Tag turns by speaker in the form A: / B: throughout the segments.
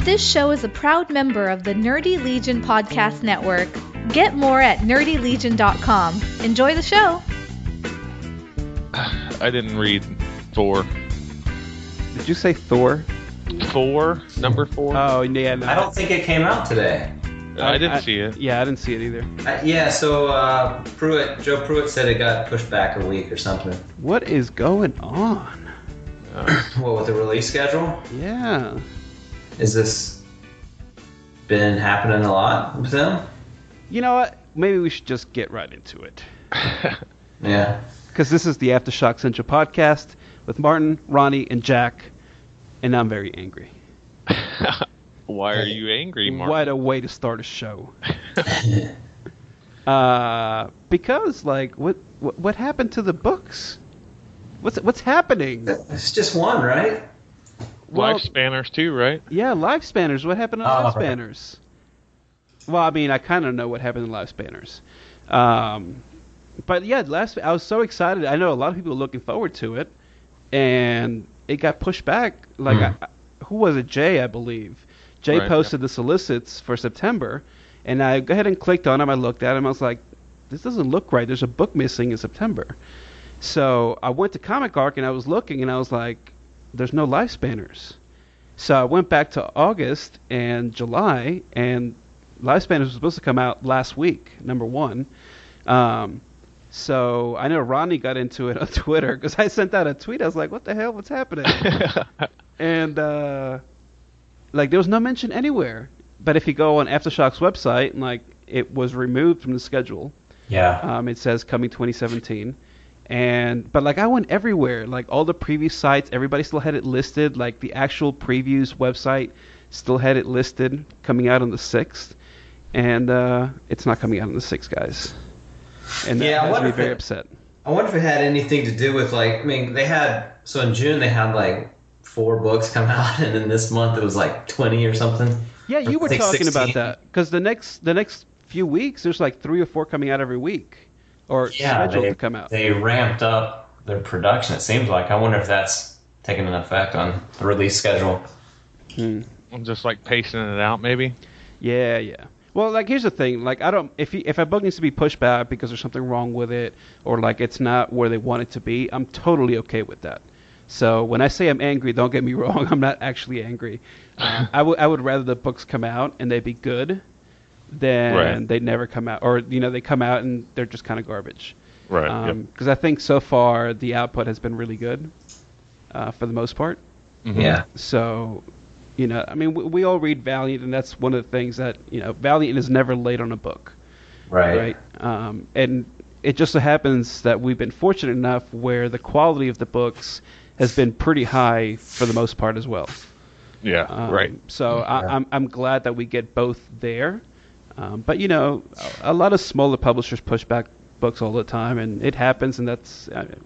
A: This show is a proud member of the Nerdy Legion Podcast Network. Get more at nerdylegion.com. Enjoy the show.
B: I didn't read four.
C: Did you say Thor?
B: Four? Number four?
C: Oh yeah, no.
D: I don't think it came out today.
B: I didn't see it.
C: Yeah, I didn't see it either.
D: Uh, yeah, so uh, Pruitt, Joe Pruitt said it got pushed back a week or something.
C: What is going on?
D: What with the release schedule?
C: Yeah,
D: Is this been happening a lot with them?
C: you know what? Maybe we should just get right into it
D: Yeah.
C: because this is the AfterShock Central podcast with Martin, Ronnie, and Jack, and I'm very angry.
B: Why are you angry, Mark?
C: What a way to start a show. uh, because like, what, what what happened to the books? What's what's happening?
D: It's just one, right?
C: well-
B: Life spanners too, right?
C: Yeah, live spanners. What happened to
D: Oh,
C: live
D: right.
C: spanners? Well, I mean, I kind of know what happened to live spanners, um, but yeah, last I was so excited. I know a lot of people were looking forward to it, and it got pushed back. Like, I, I- who was it? Jay, I believe. Jay
B: Right,
C: posted the solicits for September, and I go ahead and clicked on them. I looked at them. I was like, this doesn't look right. There's a book missing in September. So I went to Comic Arc and I was looking and I was like, there's no life spanners. So I went back to August and July, and Lifespan was supposed to come out last week, number one. Um, so I know Ronnie got into it on Twitter because I sent out a tweet. I was like, "What the hell? What's happening?" and uh, like, there was no mention anywhere. But if you go on AfterShock's website, and like, it was removed from the schedule.
D: Yeah.
C: Um, it says coming 2017, and but like I went everywhere, like all the preview sites, everybody still had it listed. Like the actual previews website still had it listed coming out on the sixth, and uh, it's not coming out on the sixth, guys. And that
D: Yeah, I
C: has
D: wonder
C: me
D: if
C: very
D: it-
C: upset.
D: I wonder if it had anything to do with like I mean they had so in June they had like four books come out and then this month it was like twenty or something.
C: Yeah, you were
D: Like
C: talking
D: 16?
C: about that because the next the next few weeks there's like three or four coming out every week or scheduled to come out.
D: They ramped up their production. It seems like I wonder if that's taking an effect on the release schedule.
B: I'm just like pacing it out, maybe.
C: Yeah, yeah. Well, like here's the thing. Like I don't if you, if a book needs to be pushed back because there's something wrong with it or like it's not where they want it to be, I'm totally okay with that. So when I say I'm angry, don't get me wrong. I'm not actually angry. Uh, I would I would rather the books come out and they be good than
B: Right.
C: they never come out or you know they come out and they're just kind of garbage.
B: Right.
C: Because I think so far the output has been really good uh, for the most part.
D: Yeah.
C: So, you know, I mean, we, we all read Valiant, and that's one of the things that you know, Valiant is never late on a book,
D: Right.
C: right? Um, and it just so happens that we've been fortunate enough where the quality of the books has been pretty high for the most part as well.
B: Yeah.
C: Um,
B: right.
C: So I, I'm I'm glad that we get both there, um, but you know, a, a lot of smaller publishers push back books all the time, and it happens, and that's. I mean,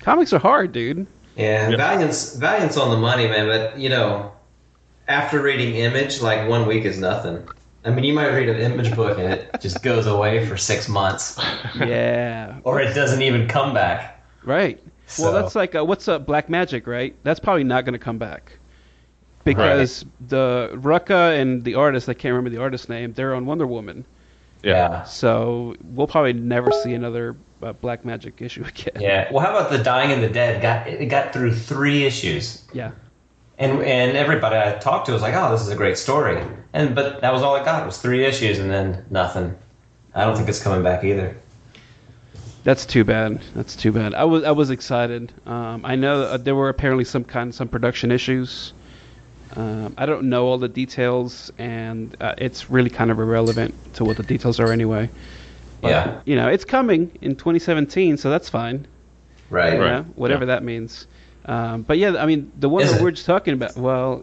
C: Comics are hard, dude.
D: Yeah,
B: Yeah.
D: Valiant's Valiant's on the money, man. But you know, after reading Image, like one week is nothing. I mean, you might read an Image book and it just goes away for six months,
C: Yeah,
D: or it doesn't even come back.
C: Right. Well,
D: So-
C: that's like uh, what's up, Black Magic, right? That's probably not going to come back because the Rucka and the artist, I can't remember the artist's name, they're on Wonder Woman,
D: Yeah.
C: so we'll probably never see another uh, Black Magic issue again.
D: Yeah. Well, how about the Dying and the Dead? Got it got through three issues,
C: Yeah.
D: and and everybody I talked to was like, "Oh, this is a great story," and but that was all I got was three issues, and then nothing. I don't think it's coming back either.
C: That's too bad. That's too bad. I was I was excited. Um, I know uh, there were apparently some kind some production issues. Um, I don't know all the details, and uh, it's really kind of irrelevant to what the details are anyway.
D: Yeah.
C: You know, it's coming in 2017, so that's fine.
D: Right.
C: you
B: Right.
C: know, whatever that means. Um, but yeah, I mean, the one
D: Is
C: that
D: it?
C: we're just talking about, well,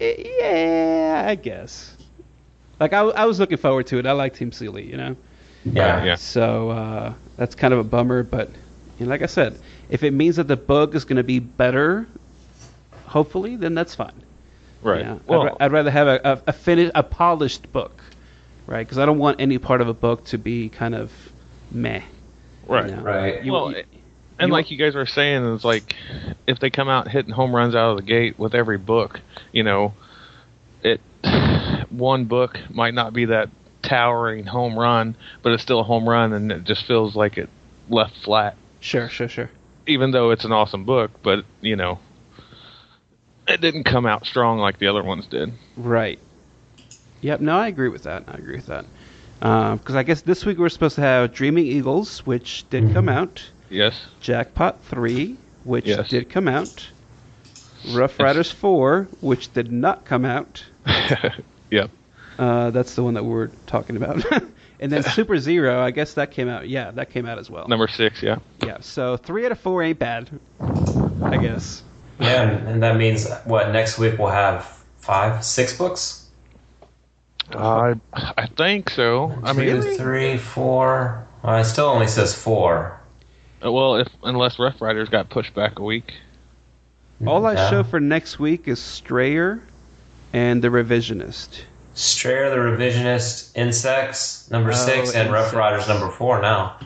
C: eh, yeah, I guess. Like, I, I was looking forward to it. I like Team Seeley, you know?
D: Yeah.
B: Yeah.
C: So uh, that's kind of a bummer, but you know, like I said, if it means that the book is going to be better, hopefully, then that's fine.
B: Right.
C: You know? I'd, ra-
B: Well,
C: I'd rather have a, a, a, finished, a polished book, right? Because I don't want any part of a book to be kind of meh.
B: right.
C: You know?
D: Right.
C: You-
B: well,
C: you-
B: and
C: you-
B: like you guys were saying, it's like if they come out hitting home runs out of the gate with every book, you know, it one book might not be that towering home run, but it's still a home run, and it just feels like it left flat.
C: Sure, sure, sure.
B: Even though it's an awesome book, but you know, it didn't come out strong like the other ones did.
C: Right. Yep. No, I agree with that. I agree with that. Because I guess this week we're supposed to have Dreaming Eagles, which did come out.
B: Yes.
C: Jackpot Three, which
B: Yes.
C: did come out. Rough Riders Four, which did not come out.
B: Yep.
C: Uh, that's the one that we're talking about. and then Super Zero, I guess that came out. Yeah, that came out as well.
B: Number six. Yeah.
C: Yeah. So three out of four ain't bad. I guess.
D: Yeah, and and that means what next week we'll have five, six books.
B: I I think so. I mean,
D: Two, three, four. Well, it still only says four.
B: uh, well, if unless Rough Riders got pushed back a week.
C: All I
D: Yeah.
C: show for next week is Strayer and The Revisionist.
D: Strayer the Revisionist, Insects number
C: Oh,
D: six, and Rough
C: Insects.
D: Riders number four now.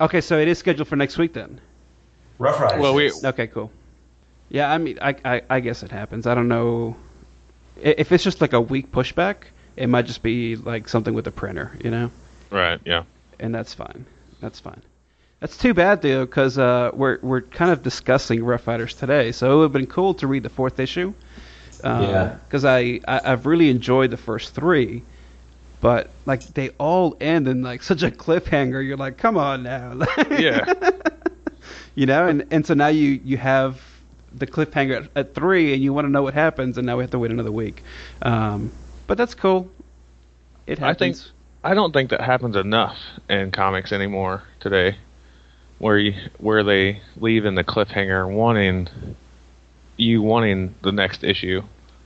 C: Okay, so it is scheduled for next week then.
D: Rough Riders.
B: Well, we-
D: is-
C: Okay, cool. Yeah, I mean, I, I, I guess it happens. I don't know I- if it's just like a week pushback. It might just be like something with a printer, you know,
B: Right. Yeah.
C: and that's fine. That's fine. That's too bad though, because uh, we're we're kind of discussing Rough Riders today, so it would have been cool to read the fourth issue.
D: Yeah.
C: Because I, I I've really enjoyed the first three, but like they all end in like such a cliffhanger. You're like, come on now.
B: Yeah.
C: you know and, and so now you you have the cliffhanger at, at three and you want to know what happens and now we have to wait another week um, but that's cool it
B: I think-
C: happens
B: I don't think that happens enough in comics anymore today, where you, where they leave in the cliffhanger, wanting you wanting the next issue,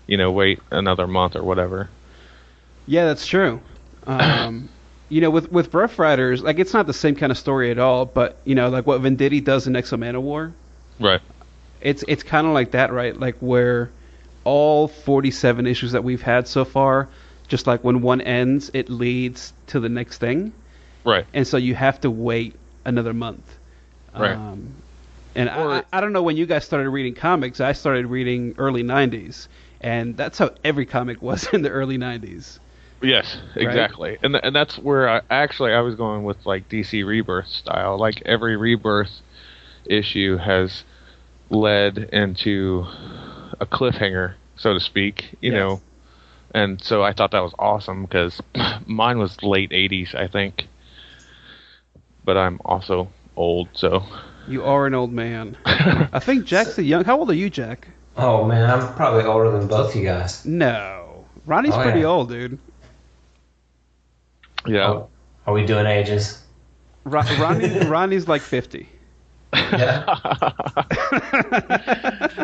B: you know, wait another month or whatever.
C: yeah that's true um, you know with with rough riders like it's not the same kind of story at all but you know like what venditti does in exo war
B: Right.
C: it's it's kind of like that, right? Like where all 47 issues that we've had so far, just like when one ends, it leads to the next thing,
B: Right.
C: and so you have to wait another month.
B: Right.
C: Um, and
B: Or-
C: I, I- I don't know when you guys started reading comics. I started reading early 90s, and that's how every comic was in the early 90s.
B: Yes, exactly. And th- and that's where I actually I was going with like DC Rebirth style. Like every Rebirth issue has led into a cliffhanger, so to speak, you
C: Yes.
B: know. And so I thought that was awesome cuz mine was late 80s, I think. But I'm also old, so
C: You are an old man. I think Jack's the young. How old are you, Jack?
D: Oh man, I'm probably older than both you guys.
C: No, Ronnie's
D: Oh,
C: pretty
D: yeah.
C: old, dude.
B: yeah.
D: Oh, Are we doing ages?
C: Ron, Ronnie, Ronnie's like 50.
D: Yeah.
C: Oh.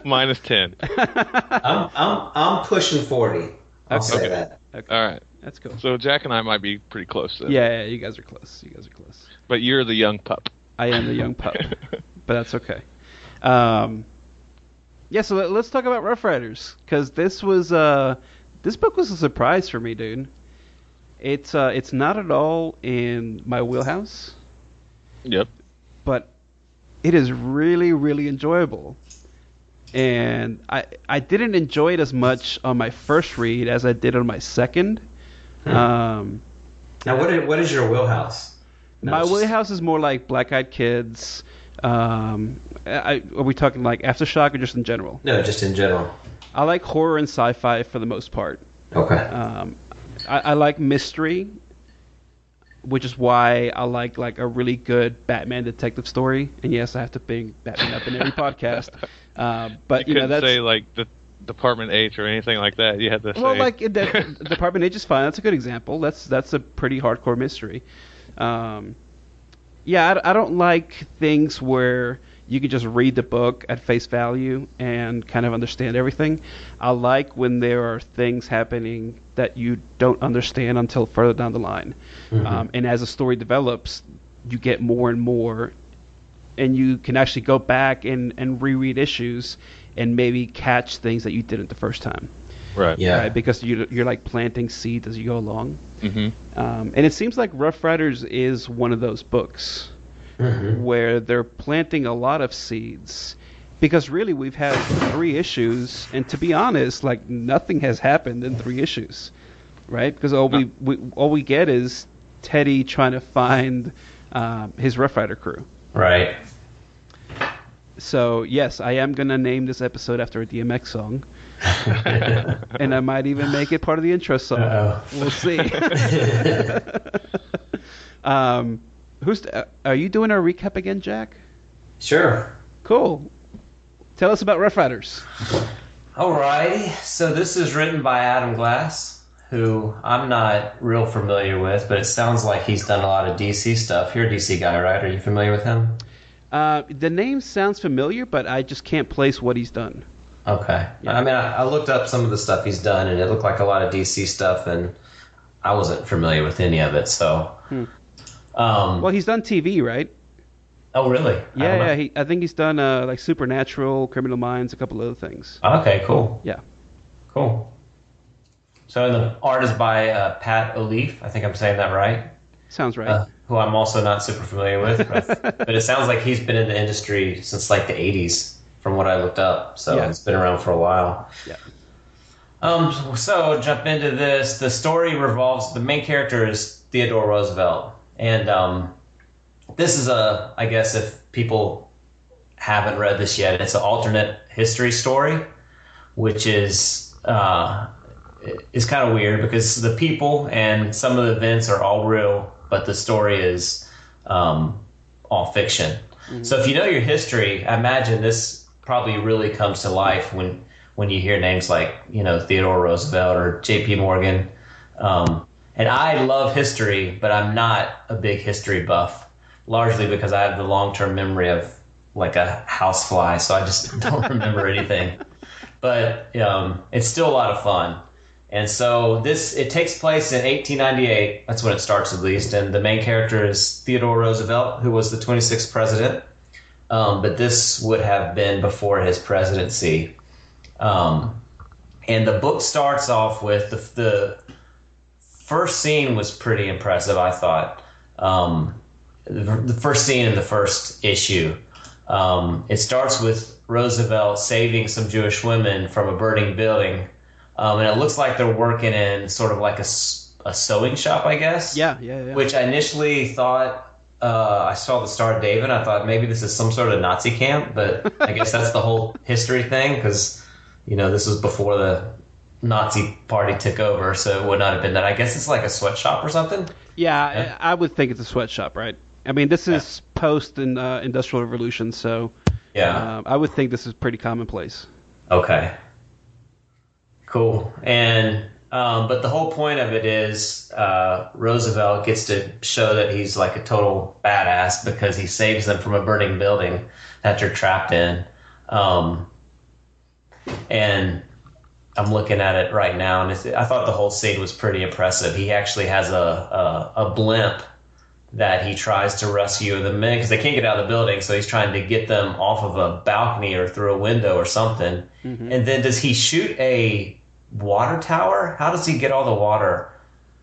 B: Minus 10.
D: I'm, I'm, I'm pushing 40. I'll say
B: Okay.
D: that.
B: All right.
C: That's cool.
B: So Jack and I might be pretty close then.
C: Yeah, yeah, you guys are close. You guys are close.
B: But you're the young pup.
C: I am the young pup, but that's okay. Um, yeah, so let, let's talk about Rough Riders because this was uh, this book was a surprise for me, dude. It's uh, it's not at all in my wheelhouse,
B: Yep.
C: but it is really really enjoyable. And I I didn't enjoy it as much on my first read as I did on my second. Um,
D: Now, what is, what is your wheelhouse? No,
C: My
D: it's just-
C: wheelhouse is more like Black Eyed Kids. Um, I, are we talking like aftershock or just in general?
D: No, just in general.
C: I like horror and sci-fi for the most part.
D: Okay.
C: Um, I, I like mystery, which is why I like like a really good Batman detective story. And yes, I have to bring Batman up in every podcast. Uh, but
B: you,
C: you, know
B: couldn't
C: that's
B: say like the Department H or anything like that. You had to
C: Well,
B: say
C: like the Department H is fine. That's a good example. That's that's a pretty hardcore mystery. Um, yeah, I, I don't like things where you can just read the book at face value and kind of understand everything. I like when there are things happening that you don't understand until further down the line. Um, and as a story develops, you get more and more and you can actually go back and, and reread issues and maybe catch things that you didn't the first time
B: right.
D: Yeah.
C: right? Because you, you're like planting seeds as you go along.
B: hmm
C: Um, and it seems like Rough Riders is one of those books
D: Mm-hmm.
C: where they're planting a lot of seeds. Because really, we've had three issues, and to be honest, like nothing has happened in three issues. right? Because all we, we all we get is Teddy trying to find um, his Rough Rider crew.
D: Right.
C: So yes, I am gonna name this episode after a DMX song, and I might even make it part of the intro song.
D: Uh-oh.
C: We'll see. um, who's uh, are you doing our recap again, Jack?
D: Sure.
C: Cool. Tell us about Rough Riders.
D: Alrighty, so this is written by Adam Glass, who I'm not real familiar with, but it sounds like he's done a lot of DC stuff. You're a DC guy, right? Are you familiar with him?
C: Uh, the name sounds familiar, but I just can't place what he's done.
D: Okay. I mean, I, I looked up some of the stuff he's done, and it looked like a lot of DC stuff, and I wasn't familiar with any of it, so.
C: Hmm.
D: Um,
C: Well, he's done TV, right?
D: oh, really? I
C: Yeah,
D: don't know.
C: yeah. He, I think he's done uh, like Supernatural, Criminal Minds, a couple other things.
D: okay, cool.
C: Yeah.
D: Cool. So the art is by uh, Pat O'Leaf. I think I'm saying that right.
C: Sounds right.
D: uh, who I'm also not super familiar with, but, but it sounds like he's been in the industry since like the 80s, from what I looked up. So
C: Yeah.
D: it's been around for a while.
C: Yeah.
D: Um. So jump into this. The story revolves. The main character is Theodore Roosevelt, and um, this is a. I guess if people haven't read this yet, it's an alternate history story, which is uh, is kind of weird because the people and some of the events are all real, but the story is um, all fiction. So if you know your history, I imagine this probably really comes to life when when you hear names like you know Theodore Roosevelt or J.P. Morgan. Um, and I love history, but I'm not a big history buff, largely because I have the long term memory of like a housefly, so I just don't remember anything but um, it's still a lot of fun. And so this it takes place in 1898. That's when it starts, at least. And the main character is Theodore Roosevelt, who was the 26th president. Um, but this would have been before his presidency. Um, and the book starts off with the, the first scene was pretty impressive. I thought um, the, the first scene in the first issue. Um, it starts with Roosevelt saving some Jewish women from a burning building, um, and it looks like they're working in sort of like a, s- a sewing shop, I guess.
C: yeah, yeah, yeah.
D: Which I initially thought uh, I saw the Star of David. I thought maybe this is some sort of Nazi camp, but I guess that's the whole history thing because you know this was before the Nazi party took over, so it would not have been that. I guess it's like a sweatshop or something.
C: yeah, I, I would think it's a sweatshop, right? I mean, this is post in, uh, industrial revolution, so
D: Yeah.
C: um, I would think this is pretty commonplace.
D: Okay. Cool. And um, but the whole point of it is uh, Roosevelt gets to show that he's like a total badass because he saves them from a burning building that they're trapped in. Um, and I'm looking at it right now, and it's, I thought the whole scene was pretty impressive. He actually has a a, a blimp that he tries to rescue the men because they can't get out of the building. So he's trying to get them off of a balcony or through a window or something. And then does he shoot a water tower? How does he get all the water?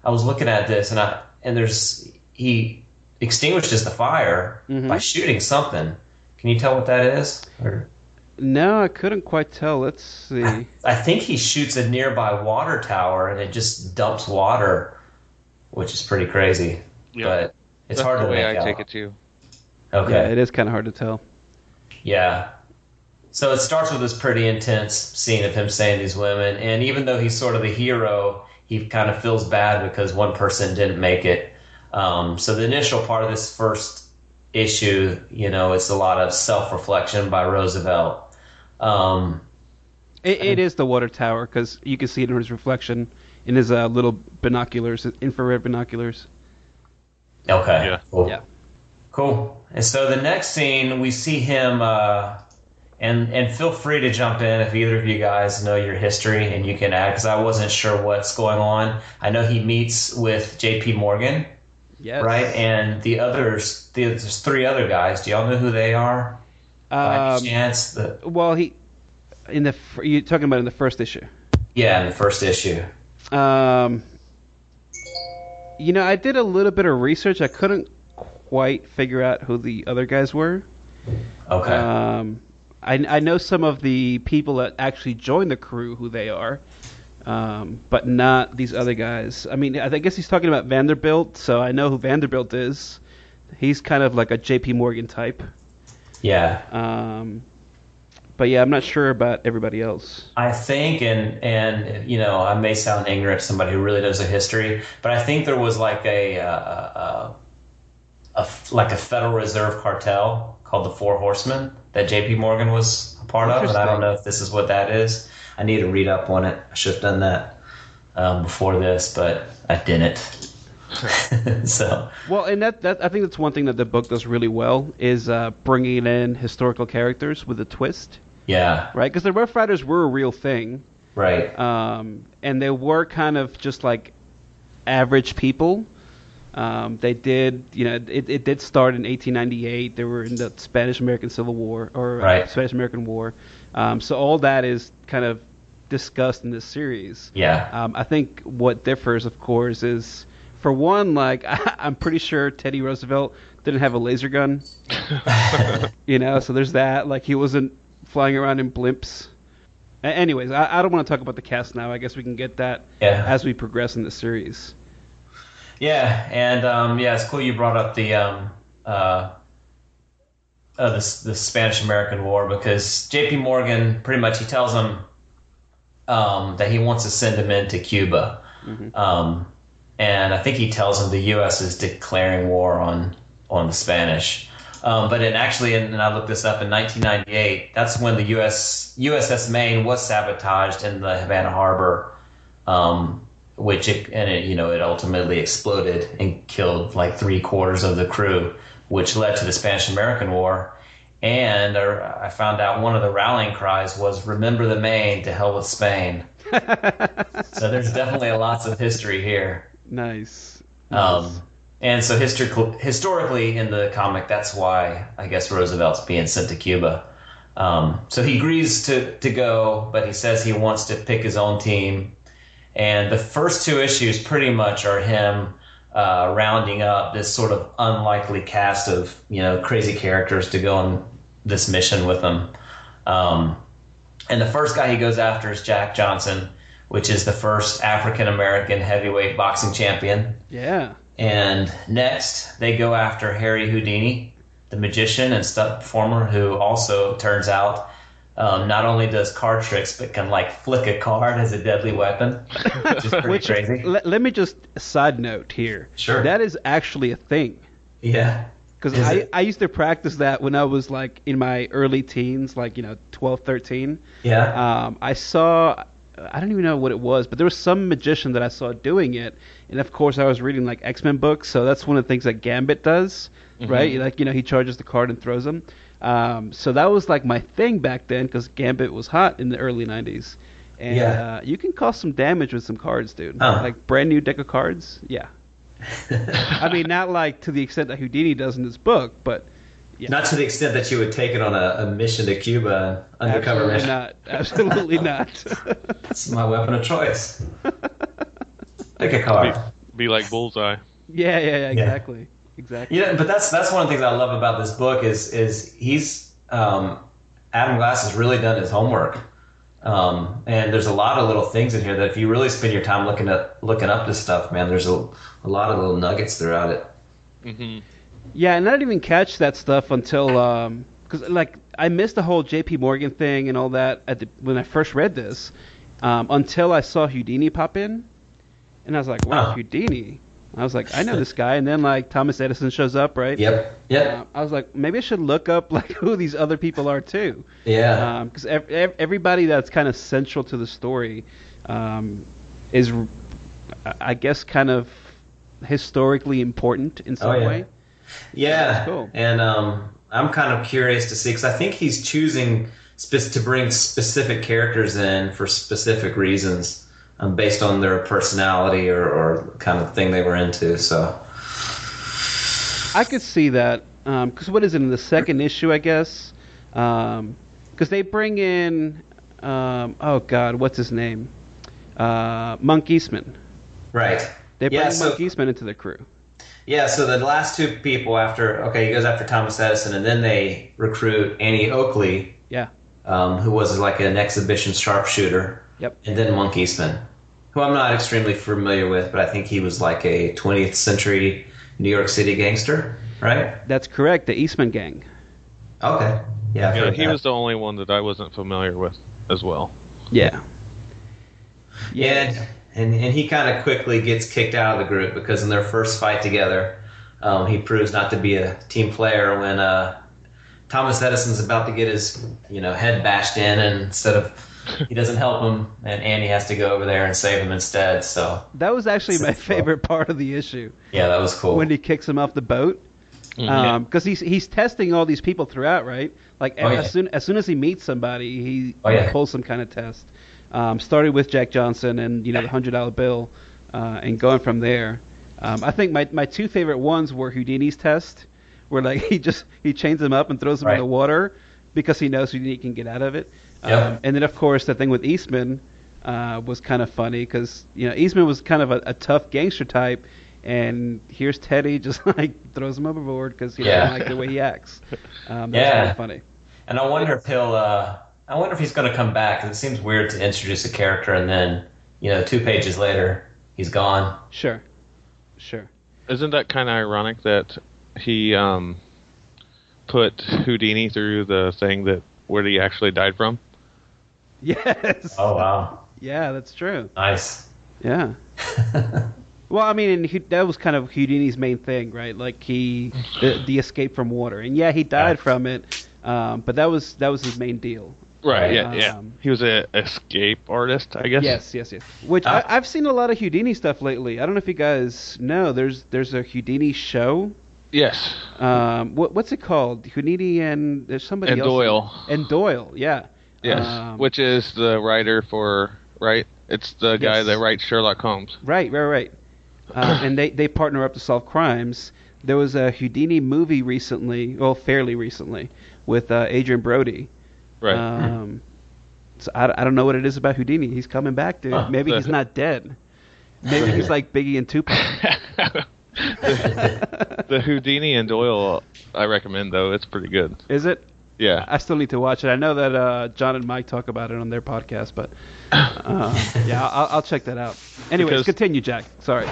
D: I was looking at this and I and there's he extinguishes the fire by shooting something. Can you tell what that is? Or-
C: No, I couldn't quite tell. Let's see.
D: I think he shoots a nearby water tower and it just dumps water, which is pretty crazy.
B: Yeah.
D: But it's
B: That's
D: hard
B: the
D: to
B: way I
D: make out.
B: take it too.
D: Okay.
C: Yeah, it is kind of hard to tell.
D: Yeah. So it starts with this pretty intense scene of him saying these women, and even though he's sort of the hero, he kind of feels bad because one person didn't make it. Um, so the initial part of this first issue, you know, it's a lot of self-reflection by Roosevelt. Um,
C: It, it is the water tower because you can see it in his reflection in his uh, little binoculars, infrared binoculars.
D: Okay.
B: Yeah.
D: Cool.
C: Yeah.
D: Cool. And so the next scene, we see him, uh, and and feel free to jump in if either of you guys know your history and you can add because I wasn't sure what's going on. I know he meets with J.P. Morgan,
C: Yes.
D: right? And the others, the, there's three other guys. Do y'all know who they are? By
C: Um,
D: any chance, the,
C: well, he in the fir- you're talking about in the first issue.
D: yeah, in the first issue.
C: Um, you know, I did a little bit of research. I couldn't quite figure out who the other guys were.
D: Okay.
C: uh, Um, I, I know some of the people that actually joined the crew who they are. um, but not these other guys. I mean, I th- I guess he's talking about Vanderbilt, so I know who Vanderbilt is. He's kind of like a J.P. Morgan type.
D: Yeah,
C: Um, but yeah, I'm not sure about everybody else.
D: I think, and and you know, I may sound ignorant to somebody who really knows the history, but I think there was like a, uh, uh, a f- like a Federal Reserve cartel called the Four Horsemen that J.P. Morgan was a part of, and I
C: Interesting.
D: don't know if this is what that is. I need to read up on it. I should have done that um, before this, but I didn't. so
C: Well, and that, that I think that's one thing that the book does really well is uh, bringing in historical characters with a twist,
D: yeah,
C: right? Because the Rough Riders were a real thing,
D: right.
C: um, and they were kind of just like average people. Um, they did, you know, it, it did start in 1898. They were in the Spanish American Civil War or
D: Right.
C: Spanish American War. Um, so all that is kind of discussed in this series.
D: Yeah,
C: Um, I think what differs, of course, is for one, like I, I'm pretty sure Teddy Roosevelt didn't have a laser gun. you know, so there's that. Like he wasn't flying around in blimps. A- anyways, I, I don't want to talk about the cast now. I guess we can get that
D: yeah.
C: as we progress in the series.
D: Yeah, and um, yeah, it's cool you brought up the um, uh, uh, the, the Spanish American War because J.P. Morgan pretty much he tells him um, that he wants to send him into Cuba, um, and I think he tells him the U.S. is declaring war on on the Spanish. Um, but it actually, and I looked this up in 1998. That's when the U.S. USS Maine was sabotaged in the Havana Harbor um, which it, and it, you know it ultimately exploded and killed like three quarters of the crew, which led to the Spanish American War. And uh, I found out one of the rallying cries was "Remember the Maine, to hell with Spain." so there's definitely lots of history here.
C: Nice.
D: Um, and so histor- historically in the comic, that's why I guess Roosevelt's being sent to Cuba. Um, so he agrees to, to go, but he says he wants to pick his own team. And the first two issues pretty much are him uh, rounding up this sort of unlikely cast of you know crazy characters to go on this mission with him. Um, and the first guy he goes after is Jack Johnson, which is the first African American heavyweight boxing champion.
C: Yeah.
D: And next, they go after Harry Houdini, the magician and stunt performer, who also turns out um, not only does card tricks, but can like flick a card as a deadly weapon, which is pretty
C: Which
D: crazy.
C: le- let me just side note here.
D: Sure.
C: That is actually a thing.
D: yeah,
C: Because
D: Is
C: I,
D: it?
C: I used to practice that when I was like in my early teens, like, you know, 12, 13.
D: yeah,
C: Um, I saw, I don't even know what it was, but there was some magician that I saw doing it. And of course, I was reading like X Men books, so that's one of the things that Gambit does,
D: Mm-hmm.
C: right? Like, you know, he charges the card and throws them. Um, so that was like my thing back then because Gambit was hot in the early 90s. And
D: Yeah. Oh.
C: uh, you can cause some damage with some cards, dude.
D: Huh.
C: Like brand new deck of cards. Yeah. I mean, not like to the extent that Houdini does in this book, but
D: Not to the extent that you would take it on a, a mission to Cuba, uh, undercover
C: absolutely
D: mission.
C: not. Absolutely not.
D: It's my weapon of choice. Pick a card.
B: Be like Bullseye.
C: Yeah, yeah, yeah, exactly. Exactly.
D: Yeah, but that's that's one of the things I love about this book is is he's um, Adam Glass has really done his homework, um, and there's a lot of little things in here that if you really spend your time looking up looking up this stuff, man, there's a, a lot of little nuggets throughout it.
B: Mm-hmm.
C: Yeah, and I didn't even catch that stuff until um 'cause like I missed the whole J.P. Morgan thing and all that at the, when I first read this, um, until I saw Houdini pop in, and I was like, wow,
D: Huh.
C: Houdini. I was like, I know this guy, and then like Thomas Edison shows up, right?
D: Yep, yep,
C: Um, I was like, maybe I should look up like who these other people are too.
D: yeah,
C: because Um, ev- ev- everybody that's kind of central to the story um, is, r- I- I guess, kind of historically important in some
D: Oh, yeah.
C: way.
D: yeah.
C: cool.
D: And um, I'm kind of curious to see because I think he's choosing spe- to bring specific characters in for specific reasons. Um, based on their personality or, or kind of thing they were into, so
C: I could see that because what is it in the second issue, I guess? Because they bring in, um, oh God, what's his name? Uh, Monk Eastman.
D: right.
C: They bring
D: yeah, so-
C: Monk Eastman into the crew.
D: Yeah, so the last two people after okay, he goes after Thomas Edison, and then they recruit Annie Oakley,
C: Yeah.
D: um, who was like an exhibition sharpshooter,
C: Yep.
D: and then Monk Eastman. who I'm not extremely familiar with, but I think he was like a 20th century New York City gangster, right?
C: That's correct. The Eastman Gang.
D: Okay. Yeah. I've
B: Yeah,
D: heard
B: he
D: that.
B: was the only one that I wasn't familiar with as well.
C: Yeah.
D: Yeah, and and he kind of quickly gets kicked out of the group because in their first fight together, um, he proves not to be a team player when uh, Thomas Edison's about to get his you know head bashed in, and instead of he doesn't help him, and Andy has to go over there and save him instead. So
C: That was actually my
D: Well-
C: favorite part of the issue
D: yeah, that was cool.
C: when he kicks him off the boat.
D: Mm-hmm.
C: because he's he's testing all these people throughout, right? Like
D: Oh,
C: as,
D: yeah.
C: soon as soon as he meets somebody, he
D: Oh, yeah.
C: pulls some kind of test. Um, starting with Jack Johnson and you know the hundred dollar bill, uh, and going from there. Um, I think my my two favorite ones were Houdini's test, where like he just he chains him up and throws him in
D: Right.
C: the water because he knows Houdini can get out of it.
D: Yeah.
C: Um, and then of course the thing with Eastman uh, was kind of funny because you know Eastman was kind of a, a tough gangster type, and here's Teddy just like throws him overboard because he
D: Yeah.
C: doesn't like the way he acts. Um, that's
D: Yeah.
C: kind of funny.
D: and I wonder if he'll. Uh, I wonder if he's going to come back. 'cause it seems weird to introduce a character and then you know two pages later he's gone.
C: Sure, sure.
B: Isn't that kind of ironic that he um, put Houdini through the thing that where he actually died from?
C: Yes.
D: Oh wow,
C: Yeah, that's true.
D: nice.
C: Yeah. well, I mean, and Hu- that was kind of Houdini's main thing, right? Like he, the, the escape from water, and yeah, he died
D: Yeah.
C: from it, um, but that was that was his main deal.
B: Right. Yeah.
C: Um,
B: yeah. He was a escape artist, I guess.
C: Yes, yes, yes. Which
D: Ah.
C: I, I've seen a lot of Houdini stuff lately. I don't know if you guys know. There's there's a Houdini show.
B: Yes.
C: Um, what, what's it called? Houdini and there's somebody
B: And
C: else.
B: Doyle.
C: And Doyle, yeah.
B: Yes.
C: Um,
B: Which is the writer for right? It's the guy
C: Yes.
B: that writes Sherlock Holmes.
C: Right, right, right. Uh, and they, they partner up to solve crimes. There was a Houdini movie recently, well, fairly recently, with uh, Adrian Brody.
B: Right.
C: Um, so I, I don't know what it is about Houdini. He's coming back, dude.
B: Ah.
D: Huh.
C: Maybe he's not dead. Maybe he's like Biggie and Tupac.
B: the Houdini and Doyle, I recommend though. It's pretty good.
C: Is it?
B: Yeah.
C: I still need to watch it. I know that uh, John and Mike talk about it on their podcast, but uh, yeah, I'll, I'll check that out. Anyways,
B: Because-
C: continue, Jack. Sorry.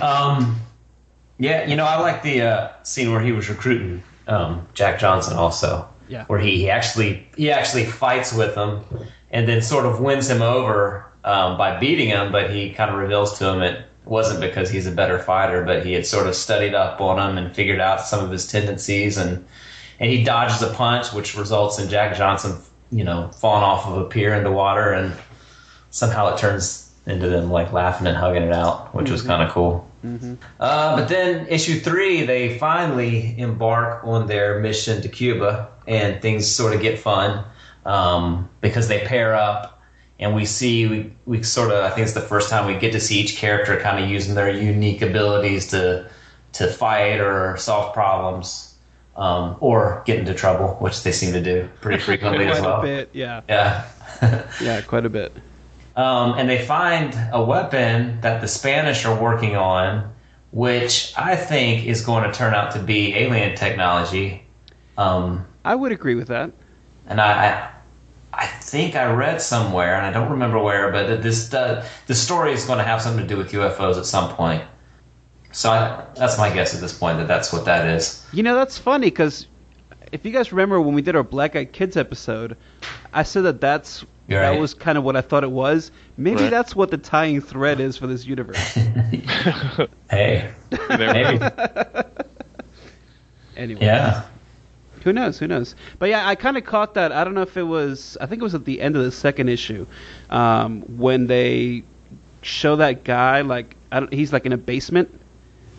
D: Um, yeah, you know, I like the uh, scene where he was recruiting um, Jack Johnson, also.
C: Yeah.
D: Where he, he actually he actually fights with him, and then sort of wins him over um, by beating him. But he kind of reveals to him it wasn't because he's a better fighter, but he had sort of studied up on him and figured out some of his tendencies, and and he dodges a punch, which results in Jack Johnson, you know, falling off of a pier into water, and somehow it turns into them like laughing and hugging it out, which was kind of cool. Uh, but then issue three, they finally embark on their mission to Cuba, and things sort of get fun um, because they pair up, and we see we, we sort of I think it's the first time we get to see each character kind of using their unique abilities to to fight or solve problems um, or get into trouble, which they seem to do pretty frequently
C: Quite
D: as well.
C: a bit, yeah.
D: Yeah.
C: Yeah, quite a bit.
D: um, and they find a weapon that the Spanish are working on, which I think is going to turn out to be alien technology. Um,
C: I would agree with that.
D: and I, I, I think I read somewhere, and I don't remember where, but that this uh, the story is going to have something to do with UFOs at some point. So I, that's my guess at this point that that's what that is.
C: You know, that's funny because if you guys remember when we did our Black Eyed Kids episode, I said that that's
D: You're
C: that
D: right.
C: was kind of what I thought it was. Maybe
B: Right.
C: that's what the tying thread is for this universe.
D: Hey,
B: You never-
D: maybe,
C: Anyway,
D: yeah.
C: who knows? Who knows? But yeah, I kind of caught that. I don't know if it was. I think it was at the end of the second issue um, when they show that guy like I don't, he's like in a basement.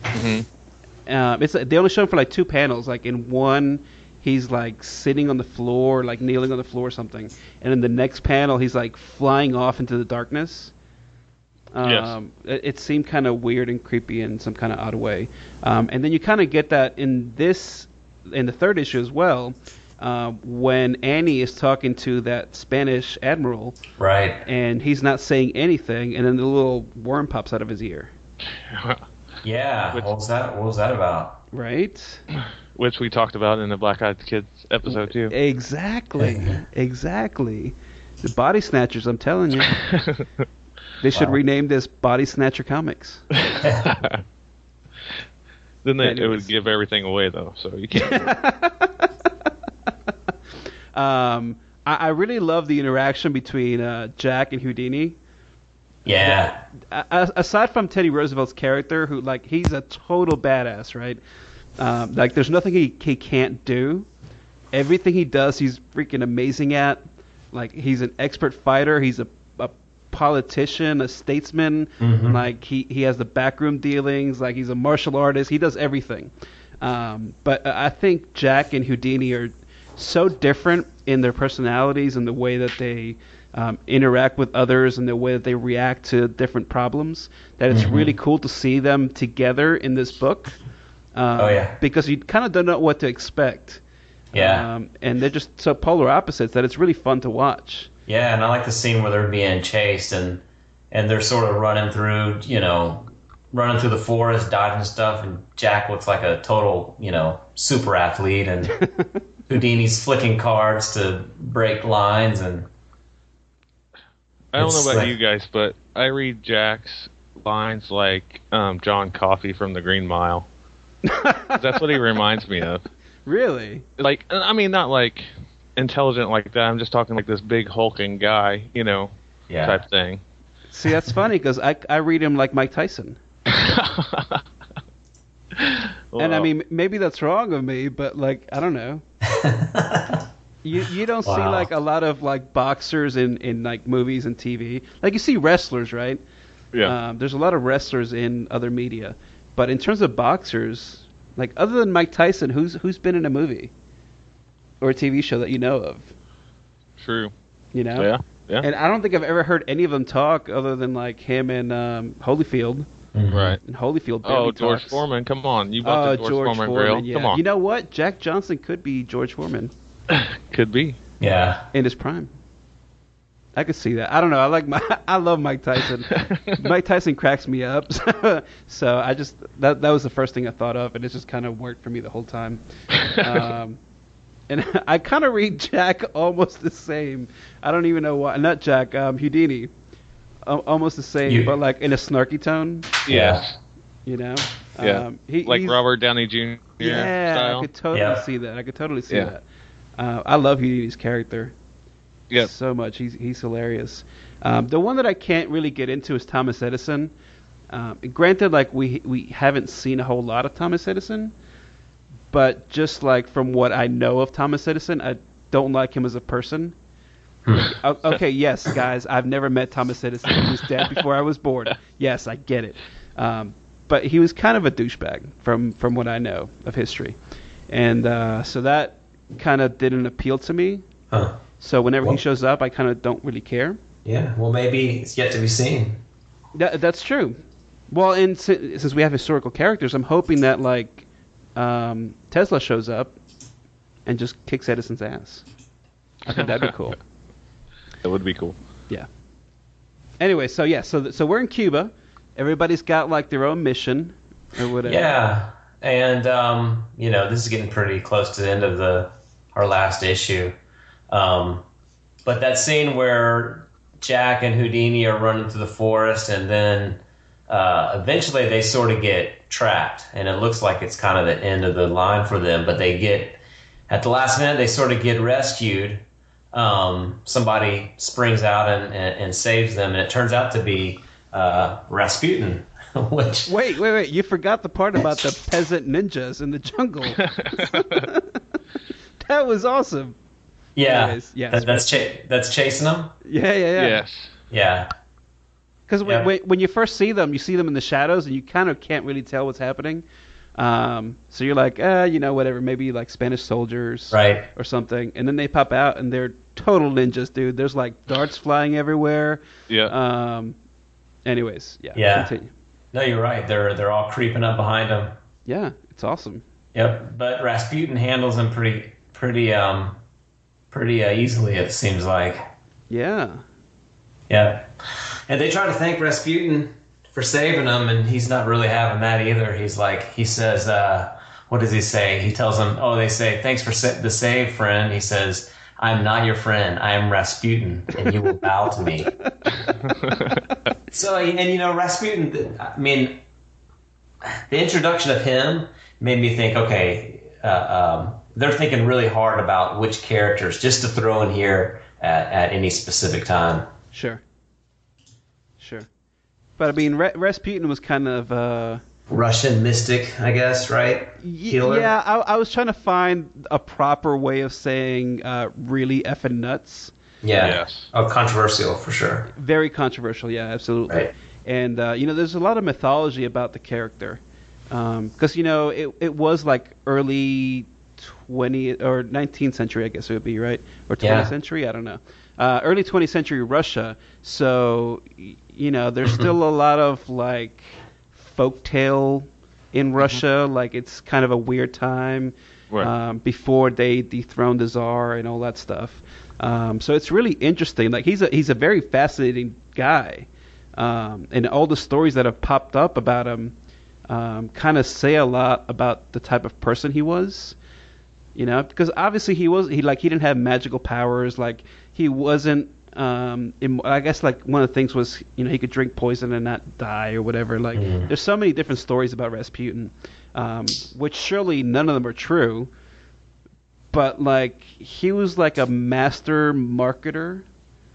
B: Mm-hmm.
C: Um, it's they only show him for like two panels. Like in one, he's like sitting on the floor, like kneeling on the floor or something, and in the next panel, he's like flying off into the darkness.
B: Yes.
C: Um, it, it seemed kind of weird and creepy in some kind of odd way. Um, and then you kind of get that in this, in the third issue as well, um, when Annie is talking to that Spanish admiral,
D: Right.
C: and he's not saying anything, and then the little worm pops out of his ear.
D: Yeah.
B: Which-
D: What was that? What was that about?
C: Right?
B: Which we talked about in the Black Eyed Kids episode too.
C: Exactly. exactly. The body snatchers, I'm telling you. They should
D: Wow.
C: rename this Body Snatcher Comics.
B: Then they, it
C: Anyways.
B: would give everything away though, so you can't.
C: Um, I, I really love the interaction between uh, Jack and Houdini.
D: Yeah.
C: A- a- aside from Teddy Roosevelt's character, who like he's a total badass, right? Um, like there's nothing he, he can't do. Everything he does, he's freaking amazing at. Like he's an expert fighter. He's a, a politician, a statesman. Like he, he has the backroom dealings. Like he's a martial artist. He does everything. Um, but I I think Jack and Houdini are so different in their personalities and the way that they um, interact with others and the way that they react to different problems that it's really cool to see them together in this book. Um,
D: Oh, yeah.
C: Because you kind of don't know what to expect.
D: Yeah.
C: Um, and they're just so polar opposites that it's really fun to watch.
D: Yeah, and I like the scene where they're being chased and and they're sort of running through, you know, running through the forest, dodging stuff, and Jack looks like a total, you know, super athlete, and Houdini's flicking cards to break lines, and
B: I don't know
D: It's
B: about
D: like-
B: you guys, but I read Jack's lines like um, John Coffey from The Green Mile. 'Cause That's what he reminds me of.
C: Really?
B: Like, and I mean, not like intelligent like that. I'm just talking like this big hulking guy, you know,
D: yeah,
B: type thing.
C: See, that's funny because I, I read him like Mike Tyson. and I
B: Well,
C: mean, maybe that's wrong of me, but like, I don't know. you you don't see
D: Wow.
C: like a lot of like boxers in in like movies and TV. Like you see wrestlers, right?
B: yeah,
C: Um, there's a lot of wrestlers in other media, but in terms of boxers, like other than Mike Tyson, who's who's been in a movie or a TV show that you know of?
B: true.
C: You know.
B: Yeah, yeah,
C: And I don't think I've ever heard any of them talk other than like him and um, Holyfield.
D: Mm-hmm.
B: right.
C: And Holyfield. barely
B: Oh, George
C: talks.
B: Foreman, come on! You bought
C: Oh,
B: the George,
C: George
B: Foreman, grill.
C: yeah.
B: Come on,
C: You know what? Jack Johnson could be George Foreman.
B: could be.
D: yeah,
C: in his prime. I could see that. I don't know. I like my. I love Mike Tyson. Mike Tyson cracks me up. so I just that that was the first thing I thought of, and it just kind of worked for me the whole time. Um, and I kind of read Jack almost the same. I don't even know why. Not Jack. Um, Houdini. Al- almost the same,
D: You-
C: but like in a snarky tone.
B: Yes,
C: You know.
B: yeah,
C: Um, he,
B: like
C: he's-
B: Robert Downey Jr.
C: Yeah,
B: style.
C: I could totally
D: Yeah.
C: see that. I could totally see
B: Yeah.
C: that. Uh, I love Houdini's character
B: yeah,
C: so much. He's he's hilarious. Um, the one that I can't really get into is Thomas Edison. Um, and granted, like we we haven't seen a whole lot of Thomas Edison, but just like from what I know of Thomas Edison, I don't like him as a person. O- okay, yes, guys, I've never met Thomas Edison. He was dead before I was born. Yes, I get it. Um, but he was kind of a douchebag from from what I know of history, and uh, so that kind of didn't appeal to me.
D: huh.
C: So whenever he
D: Well-
C: shows up, I kind of don't really care.
D: yeah. Well, maybe it's yet to be seen.
C: That, that's true. Well, and si- since we have historical characters, I'm hoping that like um, Tesla shows up and just kicks Edison's ass. I think that'd be cool.
B: that would be cool.
C: Yeah. Anyway, so yeah, so th- so we're in Cuba. Everybody's got like their own mission or whatever.
D: Yeah, and um, you know this is getting pretty close to the end of the our last issue, um, but that scene where Jack and Houdini are running through the forest, and then uh, eventually they sort of get trapped, and it looks like it's kind of the end of the line for them. But they get at the last minute they sort of get rescued. Um, somebody springs out and, and, and saves them, and it turns out to be uh, Rasputin, which
C: Wait, wait, wait! You forgot the part about the peasant ninjas in the jungle. that was awesome.
D: Yeah,
C: Anyways, yeah.
D: That- that's cha- that's chasing them.
C: Yeah, yeah, yeah.
B: Yes,
D: Yeah,
C: Because when,
D: Yeah.
C: when, when you first see them, you see them in the shadows, and you kind of can't really tell what's happening. Um, so you're like, uh, you know, whatever. Maybe like Spanish soldiers,
D: right.
C: or something. And then they pop out, and they're total ninjas, dude. There's like darts flying everywhere.
B: yeah.
C: Um, anyways, yeah.
D: Yeah.
C: Continue.
D: No, you're right. They're they're all creeping up behind them.
C: Yeah, it's awesome.
D: Yep. But Rasputin handles them pretty pretty um pretty uh, easily. It seems like.
C: Yeah.
D: Yeah. And they try to thank Rasputin for saving them, and he's not really having that either. He's like, he says, uh, what does he say? He tells them, oh, they say, thanks for sa- the save, friend. He says, I'm not your friend. I am Rasputin, and you will bow to me. So and you know Rasputin. I mean, the introduction of him made me think. Okay, uh, um, they're thinking really hard about which characters just to throw in here at, at any specific time.
C: Sure. Sure. But I mean, Ra- Rasputin was kind of. Uh,
D: Russian mystic, I guess, right?
C: y- yeah, I, I was trying to find a proper way of saying uh, really effing nuts.
D: Yeah.
B: Yes.
D: Oh, controversial for sure.
C: Very controversial, yeah, absolutely.
D: Right.
C: And uh, you know, there's a lot of mythology about the character because you know it it was like early 20th or 19th century, I guess it would be right or 20th
D: Yeah.
C: century, I don't know. Uh, early 20th century Russia, so y- you know there's still a lot of like folktale in
D: Mm-hmm.
C: Russia, like it's kind of a weird time
B: Right.
C: um, before they dethroned the czar and all that stuff. Um, so it's really interesting. Like he's a he's a very fascinating guy, um, and all the stories that have popped up about him um, kind of say a lot about the type of person he was. You know, because obviously he was he like he didn't have magical powers. Like he wasn't. Um, im- I guess like one of the things was you know he could drink poison and not die or whatever. Like there's so many different stories about Rasputin, um, which surely none of them are true. But like he was like a master marketer